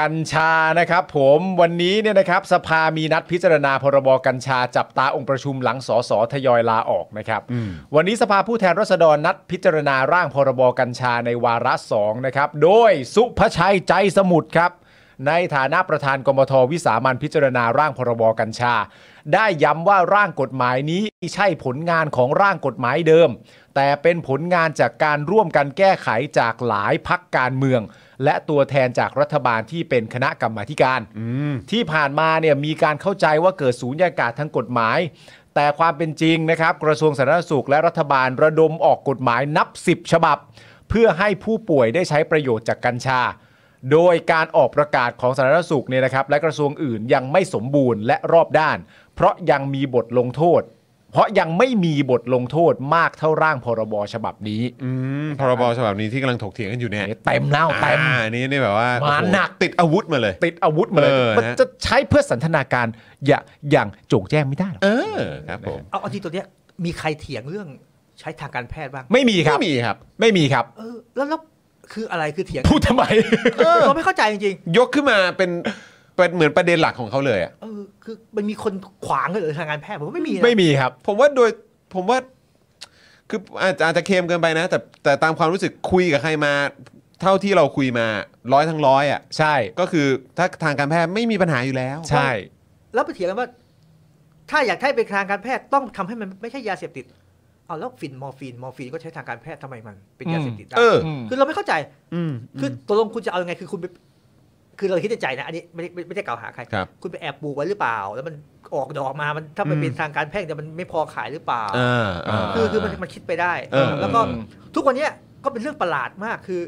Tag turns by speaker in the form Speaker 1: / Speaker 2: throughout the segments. Speaker 1: กัญชานะครับผมวันนี้เนี่ยนะครับสภามีนัดพิจารณาพรบกัญชาจับตาองค์ประชุมหลังสสทยอยลาออกนะครับ วันนี้สภาผู้แทนราษฎรนัดพิจารณาร่างพรบกัญชาในวาระสองนะครับโดยสุภชัยใจสมุทรครับ ในฐานะประธานกมทวิสามันพิจารณาร่างพรบกัญชา ได้ย้ำว่าร่างกฎหมายนี้ไม่ใช่ผลงานของร่างกฎหมายเดิม แต่เป็นผลงานจากการร่วมกันแก้ไขจากหลายพักการเมือง และตัวแทนจากรัฐบาลที่เป็นคณะกรรมาธิการ ที่ผ่านมาเนี่ยมีการเข้าใจว่าเกิดสูญญากาศทางกฎหมาย แต่ความเป็นจริงนะครับ กระทรวงสาธารณสุขและรัฐบาลระดมออกกฎหมายนับ 10 ฉบับ เพื่อให้ผู้ป่วยได้ใช้ประโยชน์จากกัญชา โดยการออกประกาศของสาธารณสุขเนี่ยนะครับ และกระทรวงอื่นยังไม่สมบูรณ์และรอบด้าน เพราะยังมีบทลงโทษ เพราะยังไม่มีบทลงโทษมากเท่าร่างพรบฉบับนี้
Speaker 2: อืมพรบฉบับนี้ที่กำลังถกเถียงกันอยู่เนี่ย
Speaker 1: เต็มแล้วเต็ม
Speaker 2: อ่าอันนี้นี่แบบว่า
Speaker 1: มา
Speaker 2: โอ้โ
Speaker 1: หนัก
Speaker 2: ติดอาวุธมาเลย
Speaker 1: ติดอาวุธมาเลย
Speaker 2: เออนะ
Speaker 1: มันจะใช้เพื่อสันทนาการอย่าอย่างโจงแจ้งไม่ได้หรอก
Speaker 2: เออครับผม
Speaker 3: เอาเอาจริงตัวเนี้ยมีใครเถียงเรื่องใช้ทางการแพทย์บ้าง
Speaker 1: ไม่มีครับ
Speaker 2: ไม่มีครับ
Speaker 1: ไม่มีครับ
Speaker 3: เออ แล้วแล้วคืออะไรคือเถียง
Speaker 1: พูดทำไม
Speaker 3: เราไม่เข้าใจจริง
Speaker 2: ยกขึ้นมาเป็นเป็นเหมือนประเด็นหลักของเขาเลยอ่ะ
Speaker 3: ๆเออคือมันมีคนขวางเลยเหรอทางการแพทย์ผมว่าไม่มีนะ
Speaker 1: ไม่มีครับ
Speaker 2: ผมว่าโดยผมว่าคืออาจอาจจะเค็มเกินไปนะ แต่แต่ตามความรู้สึกคุยกับใครมา เท่าที่เราคุยมาร้อยทั้งร้อยอ่ะ
Speaker 1: ใช่
Speaker 2: ก็คือถ้าทางการแพทย์ไม่มีปัญหาอยู่แล้ว
Speaker 1: ใช่
Speaker 3: แล้วไปเถียงกันว่า ถ้าอยากให้เป็นทางการแพทย์ต้องทำให้มันไม่ใช่ยาเสพติดเอาแล้วฟินมอร์ฟีนมอร์ฟีนก็ใช้ทางการแพทย์ทำไมมันเป็นยาเสพติดได้
Speaker 2: เออ
Speaker 1: ม
Speaker 3: คือเราไม่เข้าใจ
Speaker 2: อืม
Speaker 3: คือตกลงคุณจะเอายังไงคือคุณไปคือเราคิดในใจนะอันนี้ไม่ได้ไม่ไม่ได้กล่าวหาใคร
Speaker 2: ครับ
Speaker 3: ณไปแอบปลูกไว้หรือเปล่า แล้วมันออกดอกมามันถ้ามัน
Speaker 2: อืม
Speaker 3: เป็นทางการแพทย์แต่ยมันไม่พอขายหรือเปล่า
Speaker 2: อ่าา
Speaker 3: คือคือมันมันคิดไปได้
Speaker 2: เออ
Speaker 3: แล้วก็
Speaker 1: เออ
Speaker 3: ทุกวันเนี้ยก็เป็นเรื่องประหลาดมากคือ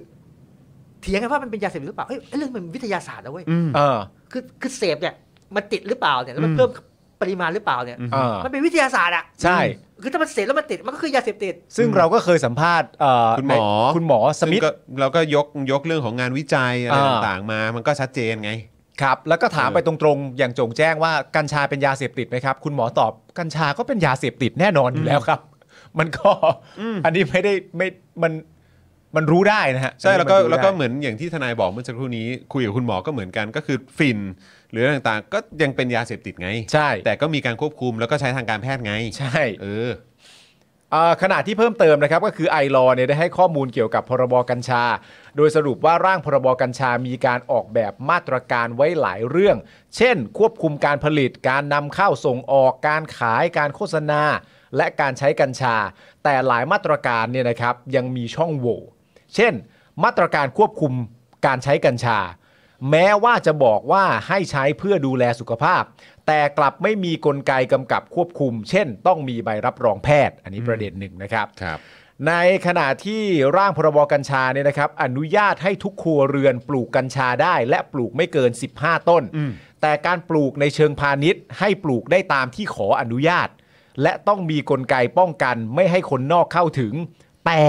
Speaker 3: เถียงกันว่ามันเป็นยาเสพติดหรือเปล่าเอ้ยเรื่องมันวิทยาศาสตร์นะเว้ย
Speaker 2: อืม
Speaker 1: เออ
Speaker 3: คือคือเสพเนี่ยมันติดหรือเปล่าเนี่ยแล้วมัน
Speaker 2: อืม
Speaker 3: เพิ่มปริมาณหรือเปล่าเนี่ย
Speaker 1: เออ
Speaker 3: มันเป็นวิทยาศาสตร์อ่ะ
Speaker 1: ใช่
Speaker 3: คือถ้ามันเสพแล้วมันติดมันก็คือยาเสพติด
Speaker 1: ซึ่งเราก็เคยสัมภาษณ์เอ่
Speaker 2: คุณหมอ
Speaker 1: ในคุณหมอสมิธ
Speaker 2: ซึ่งก็เราก็ยกยกเรื่องของงานวิจัยอะไร
Speaker 1: อ่า
Speaker 2: ต่างๆมา มันก็ชัดเจนไง
Speaker 1: ครับ แล้วก็ถาม
Speaker 2: เออ
Speaker 1: ไปตรงๆ อย่างโจงแจ้งว่ากัญชาเป็นยาเสพติดไหมครับ คุณหมอตอบกัญชาก็เป็นยาเสพติดแน่นอนอยู่แล้วครับ มันก็อันนี้ไม่ได้ไม่มันมันรู้ได้นะฮะ
Speaker 2: ใช่แล้วก็
Speaker 1: มันรู้ได้
Speaker 2: แล้วก็เหมือนอย่างที่ทนายบอกเมื่อสักครู่นี้คุยกับคุณหมอก็เหมือนกันก็คือฝิ่นหรืออะไรต่างๆ ก็ยังเป็นยาเสพติดไง
Speaker 1: ใช่
Speaker 2: แต่ก็มีการควบคุมแล้วก็ใช้ทางการแพทย์ไง
Speaker 1: ใช่
Speaker 2: เออ
Speaker 1: เอ่อขณะที่เพิ่มเติมนะครับก็คือไอรอเนี่ยได้ให้ข้อมูลเกี่ยวกับพรบกัญชา โดยสรุปว่าร่างพรบกัญชามีการออกแบบมาตรการไว้หลายเรื่อง เช่น ควบคุมการผลิต การนำเข้าส่งออกการขายการโฆษณา และการใช้กัญชา แต่หลายมาตรการเนี่ยนะครับยังมีช่องโหว่ เช่น มาตรการควบคุมการใช้กัญชา แม้ว่าจะบอกว่าให้ใช้เพื่อดูแลสุขภาพ แต่กลับไม่มีกลไกกำกับควบคุม เช่น ต้องมีใบรับรองแพทย์ อันนี้ประเด็นหนึ่งนะครับ
Speaker 2: ครับ
Speaker 1: ในขณะที่ร่างพรบกัญชาเนี่ยนะครับ อนุญาตให้ทุกครัวเรือนปลูกกัญชาได้ และปลูกไม่เกิน 15 ต้น แต่การปลูกในเชิงพาณิชย์ ให้ปลูกได้ตามที่ขออนุญาต และต้องมีกลไกป้องกันไม่ให้คนนอกเข้าถึง แต่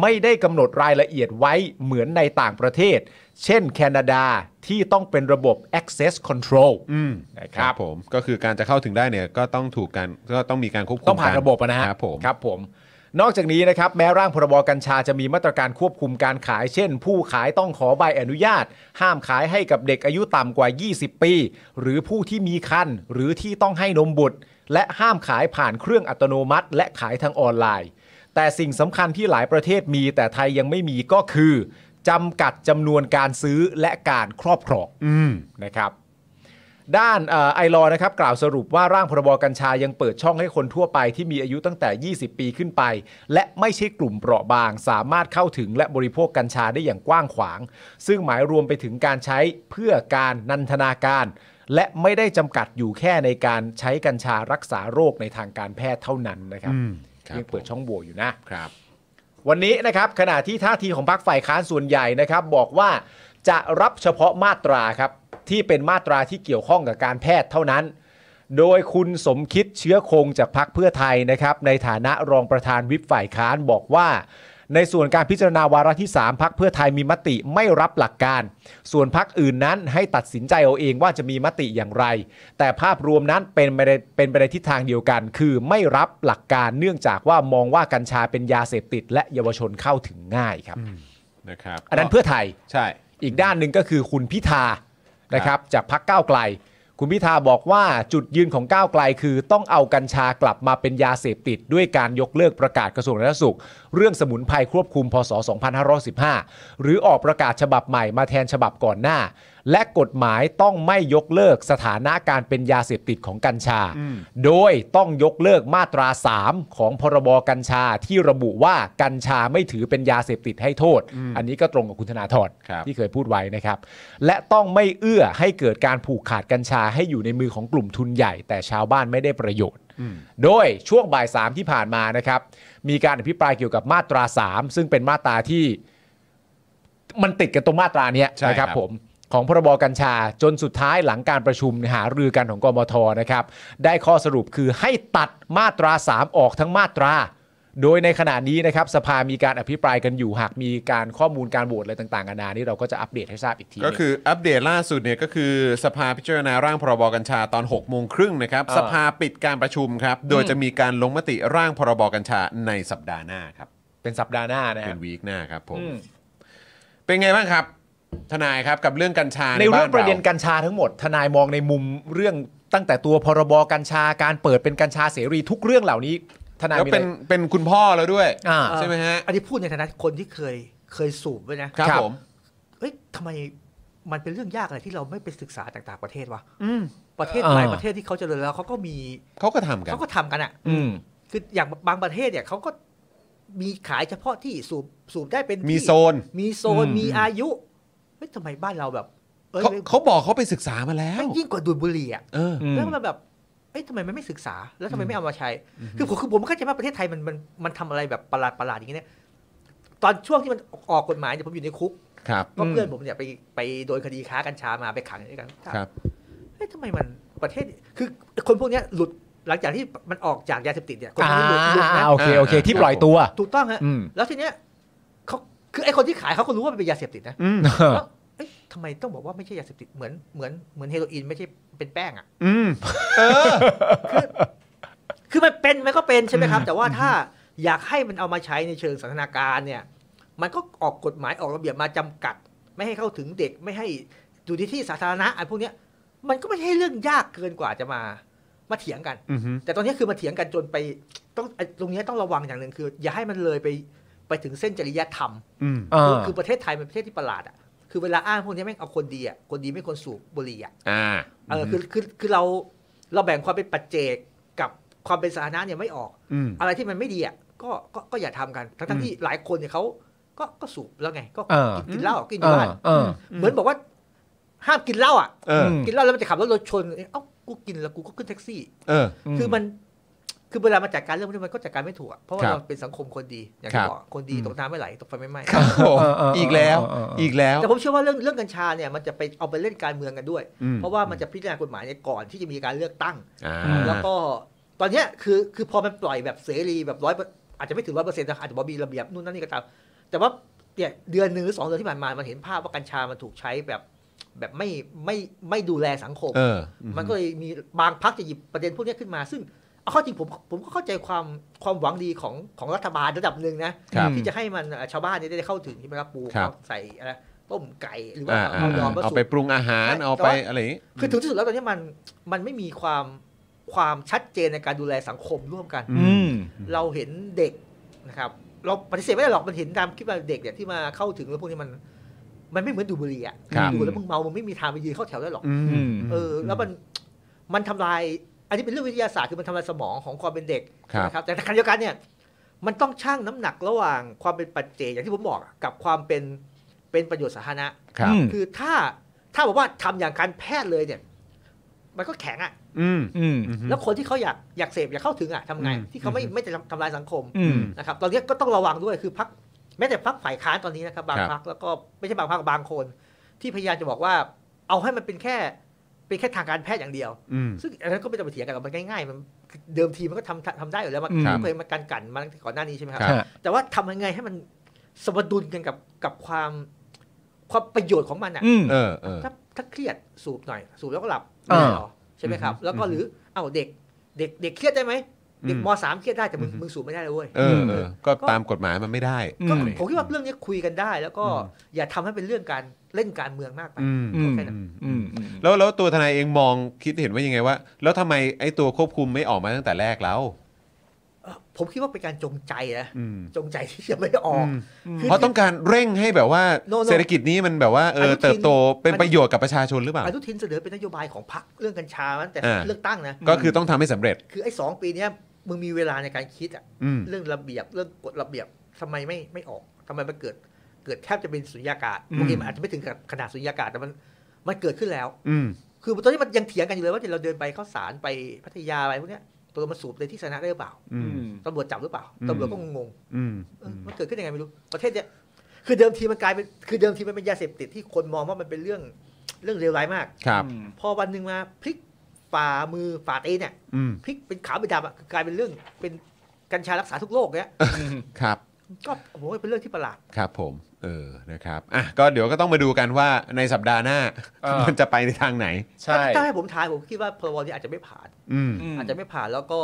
Speaker 1: ไม่ได้กำหนดรายละเอียดไว้เหมือนในต่างประเทศ เช่น แคนาดาที่ต้องเป็นระบบ access control
Speaker 2: อืม
Speaker 1: นะค
Speaker 2: ค
Speaker 1: รั
Speaker 2: รับ บผมก็คือการจะเข้าถึงได้เนี่ยก็ต้องถูกการก็ต้องมีการควบคุม
Speaker 1: ต้องผ่าน
Speaker 2: กั
Speaker 1: ระบบอะนะฮะ
Speaker 2: ครับผม
Speaker 1: ครับผม นอกจากนี้นะครับ แม้ร่างพรบกัญชาจะมีมาตรการควบคุมการขาย เช่น ผู้ขายต้องขอใบอนุญาต ห้ามขายให้กับเด็กอายุต่ำกว่า 20 ปี หรือผู้ที่มีคันหรือที่ต้องให้นมบุตร และห้ามขายผ่านเครื่องอัตโนมัติ และขายทางออนไลน์ แต่สิ่งสำคัญที่หลายประเทศมี แต่ไทยยังไม่มีก็คือจำกัดจำนวนการซื้อและการครอบครอง
Speaker 2: อืม
Speaker 1: นะครับด้านเอ่อไอรอนะครับกล่าวสรุปว่าร่างพรบกัญชายังเปิดช่องให้คนทั่วไปที่มีอายุตั้งแต่ 20 ปีขึ้นไป และไม่ใช่กลุ่มเปราะบาง สามารถเข้าถึงและบริโภคกัญชาได้อย่างกว้างขวาง ซึ่งหมายรวมไปถึงการใช้เพื่อการนันทนาการ และไม่ได้จำกัดอยู่แค่ในการใช้กัญชารักษาโรคในทางการแพทย์เท่านั้นนะครับ
Speaker 2: อืมครับ
Speaker 1: ยังเปิดช่องโหว่อยู่นะ
Speaker 2: ครับ
Speaker 1: วันนี้นะครับขณะที่ท่าทีของพรรคฝ่ายค้านส่วนใหญ่นะครับ บอกว่าจะรับเฉพาะมาตราครับ ที่เป็นมาตราที่เกี่ยวข้องกับการแพทย์เท่านั้น โดยคุณสมคิดเชื้อคงจากพรรคเพื่อไทยนะครับ ในฐานะรองประธานวิปฝ่ายค้านบอกว่า ในส่วนการพิจารณาวาระที่ 3พักเพื่อไทยมีมติไม่รับหลักการ ส่วนพักอื่นนั้นให้ตัดสินใจเอาเองว่าจะมีมติอย่างไร แต่ภาพรวมนั้นเป็นไปในเป็นไปในทิศทางเดียวกัน คือไม่รับหลักการเนื่องจากว่ามองว่ากัญชาเป็นยาเสพติด และเยาวชนเข้าถึงง่ายครับ
Speaker 2: นะครับ
Speaker 1: อันนั้นเพื่อไทย
Speaker 2: ใช่
Speaker 1: อีกด้านหนึ่งก็คือคุณพิธานะครับจากพักก้าวไกล คุณพิธาบอกว่าจุดยืนของก้าวไกลคือต้องเอากัญชากลับมาเป็นยาเสพติด ด้วยการยกเลิกประกาศกระทรวงสาธารณสุข เรื่องสมุนไพรควบคุมพศ 2515 หรือออกประกาศฉบับใหม่มาแทนฉบับก่อนหน้า และกฎหมายต้องไม่ยกเลิกสถานะการเป็นยาเสพติดของกัญชา โดยต้องยกเลิกมาตรา 3 ของพรบกัญชาที่ระบุว่ากัญชาไม่ถือเป็นยาเสพติดให้โทษ อันนี้ก็ตรงกับคุณธนาธร
Speaker 2: ครับ
Speaker 1: ที่เคยพูดไว้นะครับ และต้องไม่เอื้อให้เกิดการผูกขาดกัญชาให้อยู่ในมือของกลุ่มทุนใหญ่ แต่ชาวบ้านไม่ได้ประโยชน์ โดยช่วงบ่ายสามที่ผ่านมานะครับ มีการอภิปรายเกี่ยวกับมาตรา 3 ซึ่งเป็นมาตราที่มันติดกันตรงมาตราเนี้ย
Speaker 2: ใช่
Speaker 1: นะครับ
Speaker 2: ครับ
Speaker 1: ผม ของพรบกัญชาจนสุดท้ายหลังการประชุมหารือกันของกมทนะครับ ได้ข้อสรุปคือให้ตัดมาตรา 3 ออกทั้งมาตรา โดยในขณะนี้นะครับ สภามีการอภิปรายกันอยู่หากมีการข้อมูลการโหวตอะไรต่างๆนานานี่เราก็จะอัปเดตให้ทราบอีกที
Speaker 2: ก็คืออัปเดตล่าสุดเนี่ยก็คือสภาพิจารณาร่างพรบกัญชาตอน6กโมงครึ่งนะครับ
Speaker 1: อ่า
Speaker 2: สภาปิดการประชุมครับ โดยจะมีการลงมติร่างพรบกัญชาในสัปดาห์หน้าครับ
Speaker 1: เป็นสัปดาห์หน้านะ
Speaker 2: เป็
Speaker 1: ฮะ
Speaker 2: นวีคหน้าครับผม
Speaker 1: อืม
Speaker 2: เป็นไงบ้างครับ ทนายครับกับเรื่องกัญชา
Speaker 1: ในเรื่อง
Speaker 2: บ้า
Speaker 1: ประเด็นกัญชาทั้งหมด ทนายมองในมุมเรื่องตั้งแต่ตัวพรบกัญชาการเปิดเป็นกัญชาเสรีทุกเรื่องเหล่านี้ ทนาย
Speaker 2: แล้ว
Speaker 1: มีอะไร
Speaker 2: เป็นเป็นคุณพ่อแล้วด้วย
Speaker 1: อ่า
Speaker 2: ใช่ไหมฮะ
Speaker 3: อันนี้พูดในฐานะคนที่เคยเคยสูบด้วยนะครับ
Speaker 1: ครับ
Speaker 2: ผม
Speaker 3: เอ้ยทำไมมันเป็นเรื่องยากอะไรที่เราไม่ไปศึกษาจากต่างประเทศวะ
Speaker 2: อืม
Speaker 3: ประเทศ
Speaker 1: อ่า
Speaker 3: หลายประเทศที่เขาเจริญแล้วเขาก็มี
Speaker 2: เขาก็ทำกัน
Speaker 3: เขาก็ทำกันอ่ะ
Speaker 1: อืม
Speaker 3: คืออย่างบางประเทศเนี่ยเขาก็มีขายเฉพาะที่สูบสูบได้เป็น
Speaker 2: มี
Speaker 3: ที่
Speaker 2: โซน
Speaker 3: มีโซน
Speaker 1: อืม
Speaker 3: มีอายุเฮ้ยทำไมบ้านเราแบบเอ้ย
Speaker 2: เขาเขาบอกเขาไปศึกษามาแล้
Speaker 3: แม่
Speaker 2: ว
Speaker 3: งยิ่งกว่าดูดบุหรี่อ่ะ
Speaker 2: เออ
Speaker 1: อืม
Speaker 3: แล้วมันแบบเอ้ยทำไมมันไม่ศึกษา แล้วทำไมไม่เอามาใช้ คือผมคือผมเข้าใจว่าประเทศไทยมันมันมันทำอะไรแบบประหลาดประหลาดอย่างนี้เนี่ยตอนช่วงที่มันออกกฎหมายเนี่ยผมอยู่ในคุก
Speaker 2: ครับ
Speaker 3: ก็
Speaker 1: อืม
Speaker 3: เพื่อนผมเนี่ยไปไปโดนคดีค้ากัญชามาไปขังด้วยกัน
Speaker 2: ครับ
Speaker 3: เฮ้ยทำไมมันประเทศคือคนพวกเนี้ยหลุดหลังจากที่มันออกจากยาเสพติดเนี่ยคนพวกนี้หลุดหลุดนะ
Speaker 1: อ่าโอเคโอเค ที่ปล่อยตัว
Speaker 3: ถูกต้องฮะ
Speaker 1: อืม
Speaker 3: แล้วทีเนี้ยเขาคือไอ้คนที่ขายเขาก็รู้ว่ามันเป็นยาเสพติดนะ
Speaker 2: อืม
Speaker 3: แล้วเอ้ยทำไมต้องบอกว่าไม่ใช่ยาเสพติดเหมือนเหมือนเหมือนเฮโรอีนไม่ใช่เป็นแป้งอ่ะ
Speaker 2: อืมเออ
Speaker 3: คือมันเป็นมันก็เป็นใช่ไหมครับ แต่ว่าถ้าอยากให้มันเอามาใช้ในเชิงสันทนาการเนี่ย มันก็ออกกฎหมายออกระเบียบมาจำกัด ไม่ให้เข้าถึงเด็กไม่ให้อยู่ในที่สาธารณะอะไรพวกเนี้ย มันก็ไม่ใช่เรื่องยากเกินกว่าจะมามาเถียงกัน
Speaker 2: อือฮึ
Speaker 3: แต่ตอนนี้คือมาเถียงกันจนไปต้องไอ้ตรงเนี้ยต้องระวังอย่างหนึ่งคือ อย่าให้มันเลยไปไปถึงเส้นจริยธรรม
Speaker 2: อืม
Speaker 1: อ่า
Speaker 3: คือคือประเทศไทยเป็นประเทศที่ประหลาดอ่ะ คือเวลาอ้างพวกนี้แม่งเอาคนดีอ่ะ คนดีไม่คนสูบบุหรี่อ่ะ
Speaker 2: อ่า
Speaker 3: เออ คือ คือ คือเรา เราแบ่งความเป็นปัจเจกกับความเป็นสาธารณะเนี่ยไม่ออก
Speaker 2: อืม
Speaker 3: อะไรที่มันไม่ดีอ่ะ ก็ ก็ ก็อย่าทำกัน ทั้งทั้งที่หลายคนเนี่ยเขาก็ ก็สูบแล้วไง ก็
Speaker 1: เออ
Speaker 3: กินกินเหล้า กินอ
Speaker 1: เอยู่ อ
Speaker 3: บ้าน
Speaker 1: เออ
Speaker 3: เหมือนบอกว่า ห้ามกินเหล้าอ่ะ
Speaker 2: เออ
Speaker 1: ม
Speaker 3: กินเหล้าแล้วมันจะขับรถรถชน เอ้า กูกินแล้วกูก็ขึ้นแท็กซี่
Speaker 2: เออ
Speaker 3: คือมัน คือเวลามาจัดการเรื่องพวกนี้มันก็จัดการไม่ถูกอะเพราะว่า
Speaker 2: ครับ
Speaker 3: เราเป็นสังคมคนดี อย่าง
Speaker 2: ครั
Speaker 3: ที่
Speaker 2: บ
Speaker 3: บอก คนดีตกน้ำไม่ไหล ตกไฟไม่ไหม้
Speaker 2: ครับผม
Speaker 1: เออเออเออ
Speaker 2: อีกแล้ว
Speaker 1: เออเออเอออี
Speaker 2: อีกแล้ว
Speaker 3: แต่ผมเชื่อว่าเรื่องเรื่องกัญชาเนี่ยมันจะไปเอาไปเล่นการเมืองกันด้วย
Speaker 2: อืม
Speaker 3: เพราะว่ามันจะพิจารณากฎหมายเนี่ยก่อนที่จะมีการเลือกตั้ง
Speaker 2: อ่า
Speaker 1: อืม
Speaker 3: แล้วก็ตอนเนี้ยคือคือพอมันปล่อยแบบเสรีแบบร้อยอาจจะไม่ถึงร้อยเปอร์เซ็นต์นะอาจจะบอกมีระเบียบนู่นนั่นนี่ก็ตามแต่ว่าเนี่ยเดือนหนึ่งหรือสองเดือนที่ผ่านมามันเห็นภาพว่ากัญชามันถูกใช้แบบแบบไม่ไม่ไม่ดูแลสังคม
Speaker 2: เอออื
Speaker 3: มันก็เลยมีบางพักจะหยิบประเด็นพวกเนี้ยขึ้นมา ซึ่งเอาเข้อจริงผมผมก็เข้าใจความความหวังดีของของรัฐบาลระดับหนึ่งนะ
Speaker 2: ครับ
Speaker 3: ที่จะให้มันเอ่อชาวบ้านเนี่ยได้เข้าถึงใช่ไหมครับปู
Speaker 2: ครับ
Speaker 3: ใส่อะไรต้มไก่หรือว่า
Speaker 2: อ่าอ่า
Speaker 3: เอายอมมา
Speaker 2: เอา
Speaker 3: สู
Speaker 2: ไป
Speaker 3: บ
Speaker 2: ปรุงอาหาร
Speaker 3: ใช่
Speaker 2: เอาไป
Speaker 3: แต่ว่า
Speaker 2: อะไรอย่างงี้
Speaker 3: คือถึงที่สุดแล้วตอนนี้มันมันไม่มีความความชัดเจนในการดูแลสังคมร่วมกัน
Speaker 1: อืม
Speaker 3: เราเห็นเด็กนะครับ เราปฏิเสธไม่ได้หรอกมันเห็นตามคลิปว่าเด็กเนี่ยที่มาเข้าถึงแล้วพวกนี้มัน มันไม่เหมือนดูดบุหรี่อ่ะ
Speaker 1: ครับ
Speaker 3: ดูแล้วมึงเมามึงไม่มีทางไปยืนเข้าแถวได้หรอก
Speaker 2: อืม
Speaker 1: อืม
Speaker 3: เออแล้วมันมันทำลาย อันนี้เป็นเรื่องวิทยาศาสตร์คือมันทำลายสมองของความเป็นเด็ก
Speaker 2: ครับ
Speaker 3: นะครับแต่ในขณะเดียวกันเนี่ยมันต้องชั่งน้ำหนักระหว่างความเป็นปัจเจกอย่างที่ผมบอกอะกับความเป็นเป็นประโยชน์สาธารณะ
Speaker 2: ครับ
Speaker 1: อืม
Speaker 3: คือถ้าถ้าบอกว่าทำอย่างการแพทย์เลยเนี่ย มันก็แข็งอะ่ะ
Speaker 2: อืม
Speaker 1: อืม
Speaker 3: แล้วคนที่เขาอยากอยากเสพอยากเข้าถึงอะ่ะทำไง
Speaker 2: อืม
Speaker 3: ที่เขาไม่ไม่จะทำลายสังคม
Speaker 1: อืม
Speaker 3: นะครับตอนนี้ก็ต้องระวังด้วยคือพักแม้แต่พักฝ่ายค้านตอนนี้นะครับบาง
Speaker 2: ครับ
Speaker 3: พักแล้วก็ไม่ใช่บางพักบางคน ที่พยายามจะบอกว่า เอาให้มันเป็นแค่เป็นแค่ทางการแพทย์อย่างเดียว
Speaker 2: อืม
Speaker 3: ซึ่งอันนั้นก็ไม่ต้องไปเถียงกันหรอกมันง่ายๆมันเดิมทีมันก็ทำทำทำได้อยู่แล้วมัน
Speaker 1: อืม
Speaker 3: มันเคยมากันกันมาตั้งแต่ก่อนหน้านี้ใช่ไหมครั
Speaker 2: ครับ
Speaker 3: บ แต่ว่าทำยังไงให้มันสมดุลกันกับกับความความประโยชน์ของมันอ่ะ
Speaker 1: อืม
Speaker 2: เออเออ
Speaker 3: ถ้าถ้าเครียดสูบหน่อย สูบแล้วก็หลับ
Speaker 1: อ่า
Speaker 3: ไม่ได้หรอใช่ไหมครับ แล้วก็หรือเอ้าเด็กเด็กเด็กเครียดได้ไหม เด็ก
Speaker 2: อืม
Speaker 3: มสามเครียดได้แต่มึงมึงสูบไม่ได้เลยเว้ย
Speaker 2: เออเออก็ตามกฎหมายมันไม่ได้
Speaker 1: อื
Speaker 3: ก็
Speaker 1: ม
Speaker 3: ผมคิดว่าเรื่องนี้คุยกันได้ แล้วก็อย่าทำให้เป็นเรื่องการเล่นการเมืองมากไป
Speaker 2: อืม
Speaker 3: ก็แค่นั้น
Speaker 1: อืมอืม
Speaker 2: แล้วแล้วตัวทนายเองมองคิดเห็นว่ายังไงว่า แล้วทำไมไอ้ตัวควบคุมไม่ออกมาตั้งแต่แรกแล้ว
Speaker 3: เอ่อผมคิดว่าเป็นการจงใจนะ
Speaker 2: อืม
Speaker 3: จงใจที่จะไม่ออก
Speaker 2: อืม
Speaker 3: คือ
Speaker 2: เพราะต้องการเร่งให้แบบว่า
Speaker 3: No, no
Speaker 2: เศรษฐกิจนี้มันแบบว่าเออ
Speaker 3: นุทิน
Speaker 2: เติบโตเป็นประโยชน์กับประชาชนหรือเปล่า
Speaker 3: อนุทินเสนอเป็นนโยบายของพรรคเรื่องกัญชาตั้งแต่
Speaker 2: อ่า
Speaker 3: เลือกตั้งนะ
Speaker 2: ก็คือต้องทำให้สำเร็จ
Speaker 3: คือไอ้สองปีเนี้ยมึงมีเวลาในการคิดอะ
Speaker 2: อืม
Speaker 3: เรื่องระเบียบเรื่องกฎระเบียบทำไมไม่ไม่ออกทำไมมันเกิดเกิดแทบจะเป็นสุญญากาศ
Speaker 2: อืม
Speaker 3: โอเคมันอาจจะไม่ถึงกับขนาดสุญญากาศแต่มันมันเกิดขึ้นแล้ว
Speaker 2: อืม
Speaker 3: คือตอนนี้มันยังเถียงกันอยู่เลยว่าเราเดินไปเข้าสารไปพัทยาอะไรพวกเนี้ยตัวมันสูบในที่สาธารณะได้หรือเปล่า
Speaker 2: อืม
Speaker 3: ตำรวจจับหรือเปล่า
Speaker 2: อืม
Speaker 3: ตำรวจก็งง
Speaker 2: อืม
Speaker 3: ๆเออมันเกิดขึ้นยังไงไม่รู้ ประเทศเนี้ยคือเดิมทีมันกลายเป็น คือเดิมทีมันเป็นยาเสพติดที่คนมองว่ามันเป็นเรื่อง เรื่องเลวร้ายมาก
Speaker 2: ครับ
Speaker 3: พอวันหนึ่งมาพลิกฝ่ามือฝ่าตีนเนี่ย
Speaker 2: อืม
Speaker 3: พลิกเป็นขาวเป็นดำอะคือกลายเป็นเรื่อง เป็นกัญชารักษาทุกโรคเนี่ย
Speaker 2: ครับ
Speaker 3: ก็ผมว่าเป็นเรื่องที่ประหลาด
Speaker 2: ครับผม เออ นะครับ อ่ะ ก็เดี๋ยวก็ต้องมาดูกันว่าในสัปดาห์หน้า
Speaker 1: เออ
Speaker 2: มันจะไปในทางไหน
Speaker 1: ใช่
Speaker 3: ถ้าให้ผมทายผมคิดว่าพรบนี้อาจจะไม่ผ่าน
Speaker 2: อืม
Speaker 1: ม
Speaker 3: อาจจะไม่ผ่านแล้วก็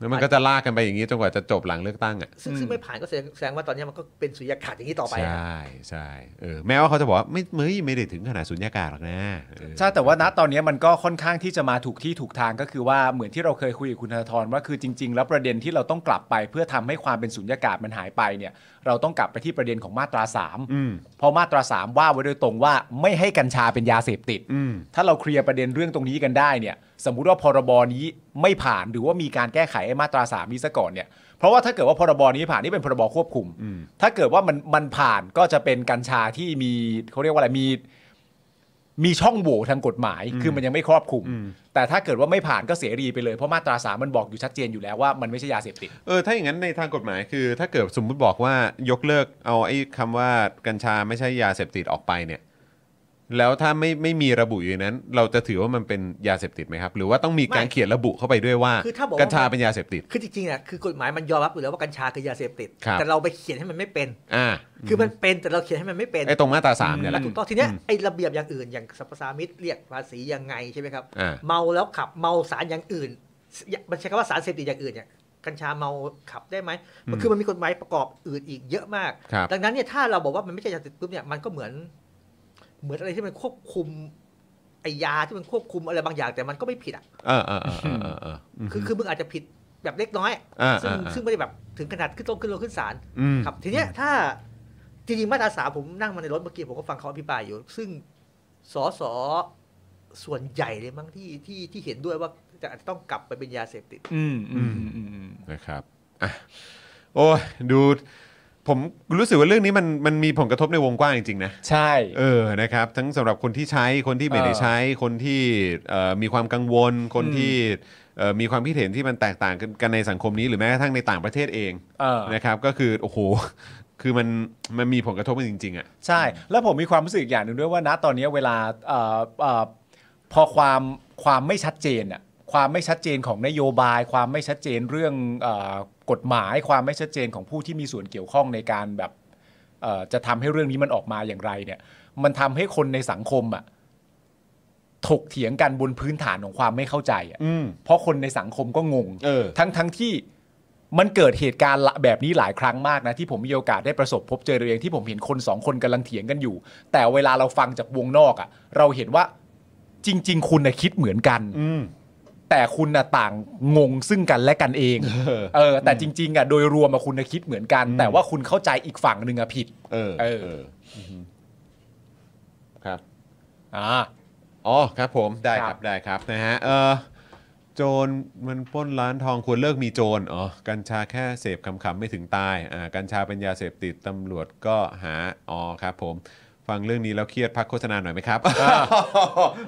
Speaker 2: แล้วมันก็จะลากกันไปอย่างนี้จนกว่าจะจบหลังเลือกตั้งอ่ะ
Speaker 3: ซึ่ง
Speaker 1: อืม
Speaker 3: ซึ่งไม่ผ่านก็แสดงแสดงว่าตอนนี้มันก็เป็นสุญญากาศอย่างนี้ต่อไป
Speaker 2: ใช
Speaker 3: อะ
Speaker 2: ่ ใช่ เออ แม้ว่าเขาจะบอกว่าไม่เฮ้ยไม่ได้ถึงขนาดสุญญากาศหรอกนะเออ
Speaker 1: ใช่แต่ว่าณตอนนี้มันก็ค่อนข้างที่จะมาถูกที่ถูกทางก็คือว่าเหมือนที่เราเคยคุยกับคุณธนาธรว่าคือจริง ๆ แล้วประเด็นที่เราต้องกลับไปเพื่อทำให้ความเป็นสุญญากาศมันหายไปเนี่ยเราต้องกลับไปที่ประเด็นของมาตราสาม
Speaker 2: อืม
Speaker 1: เพราะมาตราสามว่าไว้โดยตรงว่าไม่ให้กัญชาเป็นยาเสพติด
Speaker 2: อืม
Speaker 1: ถ้าเราเคลียร์ประเด็นเรื่องตรงนี้กันได้เนี่ยสมมุติว่าพรบนี้ไม่ผ่านหรือว่ามีการแก้ไขไอ้มาตราสามนี้ซะก่อนเนี่ยเพราะว่าถ้าเกิดว่าพรบนี้ผ่านนี่เป็นพรบควบคุม
Speaker 2: อืม
Speaker 1: ถ้าเกิดว่ามันมันผ่านก็จะเป็นกัญชาที่มีเขาเรียกว่าอะไรมี มีช่องโหว่ทางกฎหมาย คือมันยังไม่ครอบคลุม
Speaker 2: อืม
Speaker 1: แต่ถ้าเกิดว่าไม่ผ่านก็เสรีไปเลยเพราะมาตราสามมันบอกอยู่ชัดเจนอยู่แล้วว่ามันไม่ใช่ยาเสพติด
Speaker 2: เออ ถ้าอย่างนั้นในทางกฎหมายคือ ถ้าเกิดสมมุติบอกว่ายกเลิกเอาไอ้คำว่ากัญชาไม่ใช่ยาเสพติดออกไปเนี่ย แล้วถ้าไม่ไม่มีระบุอยู่ในนั้น เราจะถือว่ามันเป็นยาเสพติดไหมครับ หรือว่าต้องมีการเขียนระบุเข้าไปด้วยว่า
Speaker 3: คือถ้าบอก
Speaker 2: กัญชา
Speaker 3: ว่า
Speaker 2: เป็นยาเสพติด
Speaker 3: คือจริงๆเนี่ยคือกฎหมายมันยอมรับอยู่แล้วว่ากัญชาคือยาเสพติด
Speaker 2: ครับ
Speaker 3: แต่เราไปเขียนให้มันไม่เป็น
Speaker 2: อ่า
Speaker 3: คือมันเป็นแต่เราเขียนให้มันไม่เป็น
Speaker 2: ไอ้ตรงมาตราสามเนี่ยแห
Speaker 3: แล้ว
Speaker 2: ละ
Speaker 3: ถูกต้องทีเนี้ย
Speaker 2: อืม
Speaker 3: ไอ้ระเบียบอย่างอื่นอย่างสรรพสามิตเรียกภาษียังไงใช่ไหมครับ
Speaker 2: อ่า
Speaker 3: เมาแล้วขับเมาสารอย่างอื่นอย่ามันใช้คำว่าสารเสพติดอย่างอื่นเนี่ยกัญชาเมาขับได้ไหมมันคือมันมีกฎหมายประกอบอื่นอีกเยอะมาก
Speaker 2: ครับ
Speaker 3: ดังนั้นเนี่ยถ้าเราบอกว่ามันไม่ใช่ยาเสพติดปุ๊บเนี่ยมันก็เหมือน เหมือนอะไรที่มันควบคุมไอยาที่มันควบคุมอะไรบางอย่างแต่มันก็ไม่ผิดอ่ะ
Speaker 2: เออเออเออเออเออเอออืม
Speaker 3: คือคือมึงอาจจะผิดแบบเล็กน้อย
Speaker 2: อ่า
Speaker 3: ซึ่ง
Speaker 2: อ่า
Speaker 3: ซึ่งไม่ได้แบบถึงขนาดขึ้นต้นขึ้นลงขึ้นศาล
Speaker 2: อืม
Speaker 3: ครับทีเนี้ยถ้าจริงๆมาตราสามผมนั่งมาในรถเมื่อกี้ผมก็ฟังเขาอภิปรายอยู่ ซึ่งสสส่วนใหญ่เลยมั้งที่ที่ที่เห็นด้วยว่าจะอาจจะต้องกลับไปเป็นยาเสพติด
Speaker 1: อืม
Speaker 2: อืม นะครับอ่ะโอ้ยดู ผมรู้สึกว่าเรื่องนี้มันมันมีผลกระทบในวงกว้างจริงๆนะ
Speaker 1: ใช่
Speaker 2: เออ นะครับ ทั้งสำหรับคนที่ใช้ คนที่ไม่ได้ใช้ คนที่เอ่อมีความกังวล คนที่เอ่อมีความคิดเห็นที่มันแตกต่างกันกันในสังคมนี้ หรือแม้กระทั่งในต่างประเทศเอง
Speaker 1: เออ
Speaker 2: นะครับ ก็คือ โอ้โห คือมัน มันมีผลกระทบกันจริง ๆ อ่ะ
Speaker 1: ใช่ แล้วผมมีความรู้สึกอย่างหนึ่งด้วยว่าณตอนนี้เวลาเอ่อเอ่อพอความความไม่ชัดเจนอะความไม่ชัดเจนของนโยบาย ความไม่ชัดเจนเรื่องเออกฎหมาย ความไม่ชัดเจนของผู้ที่มีส่วนเกี่ยวข้องในการแบบเอ่อจะทำให้เรื่องนี้มันออกมาอย่างไรเนี่ย มันทำให้คนในสังคมอะถกเถียงกันบนพื้นฐานของความไม่เข้าใจอะ
Speaker 2: อืม
Speaker 1: เพราะคนในสังคมก็งง
Speaker 2: เออ
Speaker 1: ทั้งทั้งที่มันเกิดเหตุการณ์ละแบบนี้หลายครั้งมากนะที่ผมมีโอกาสได้ประสบพบเจอตัวเองที่ผมเห็นคนสองคนกำลังเถียงกันอยู่ แต่เวลาเราฟังจากวงนอกอะ่ะ เราเห็นว่าจริง ๆ คุณนะคิดเหมือนกัน
Speaker 2: อืม
Speaker 1: แต่คุณนะต่างงงซึ่งกันและกัน เอง
Speaker 2: เออ
Speaker 1: เออ แต่จริง ๆอะ่ะโดยรวมอะคุณนะคิดเหมือนกัน แต่ว่าคุณเข้าใจอีกฝั่งหนึ่งอะผิด
Speaker 2: เออ
Speaker 1: เออ
Speaker 2: เอออือฮึครับ
Speaker 1: อ่า
Speaker 2: อ๋อครับผมได้ค
Speaker 1: ครั
Speaker 2: รับบ ได้ครับนะฮะเออโจรมันปล้นร้านทองควรเลิกมีโจรอ๋อกัญชาแค่เสพคำๆไม่ถึงตายอ่ากัญชาเป็นยาเสพติดตำรวจก็หาอ๋อครับผม ฟังเรื่องนี้แล้วเครียดพักโฆ ษณาหน่อยไหมครับ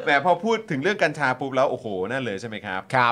Speaker 2: แหมพอพูดถึงเรื่องกัญชาปุ๊บแล้วโอ้โหนั่นเลยใช่ไหมครับ
Speaker 1: ครับ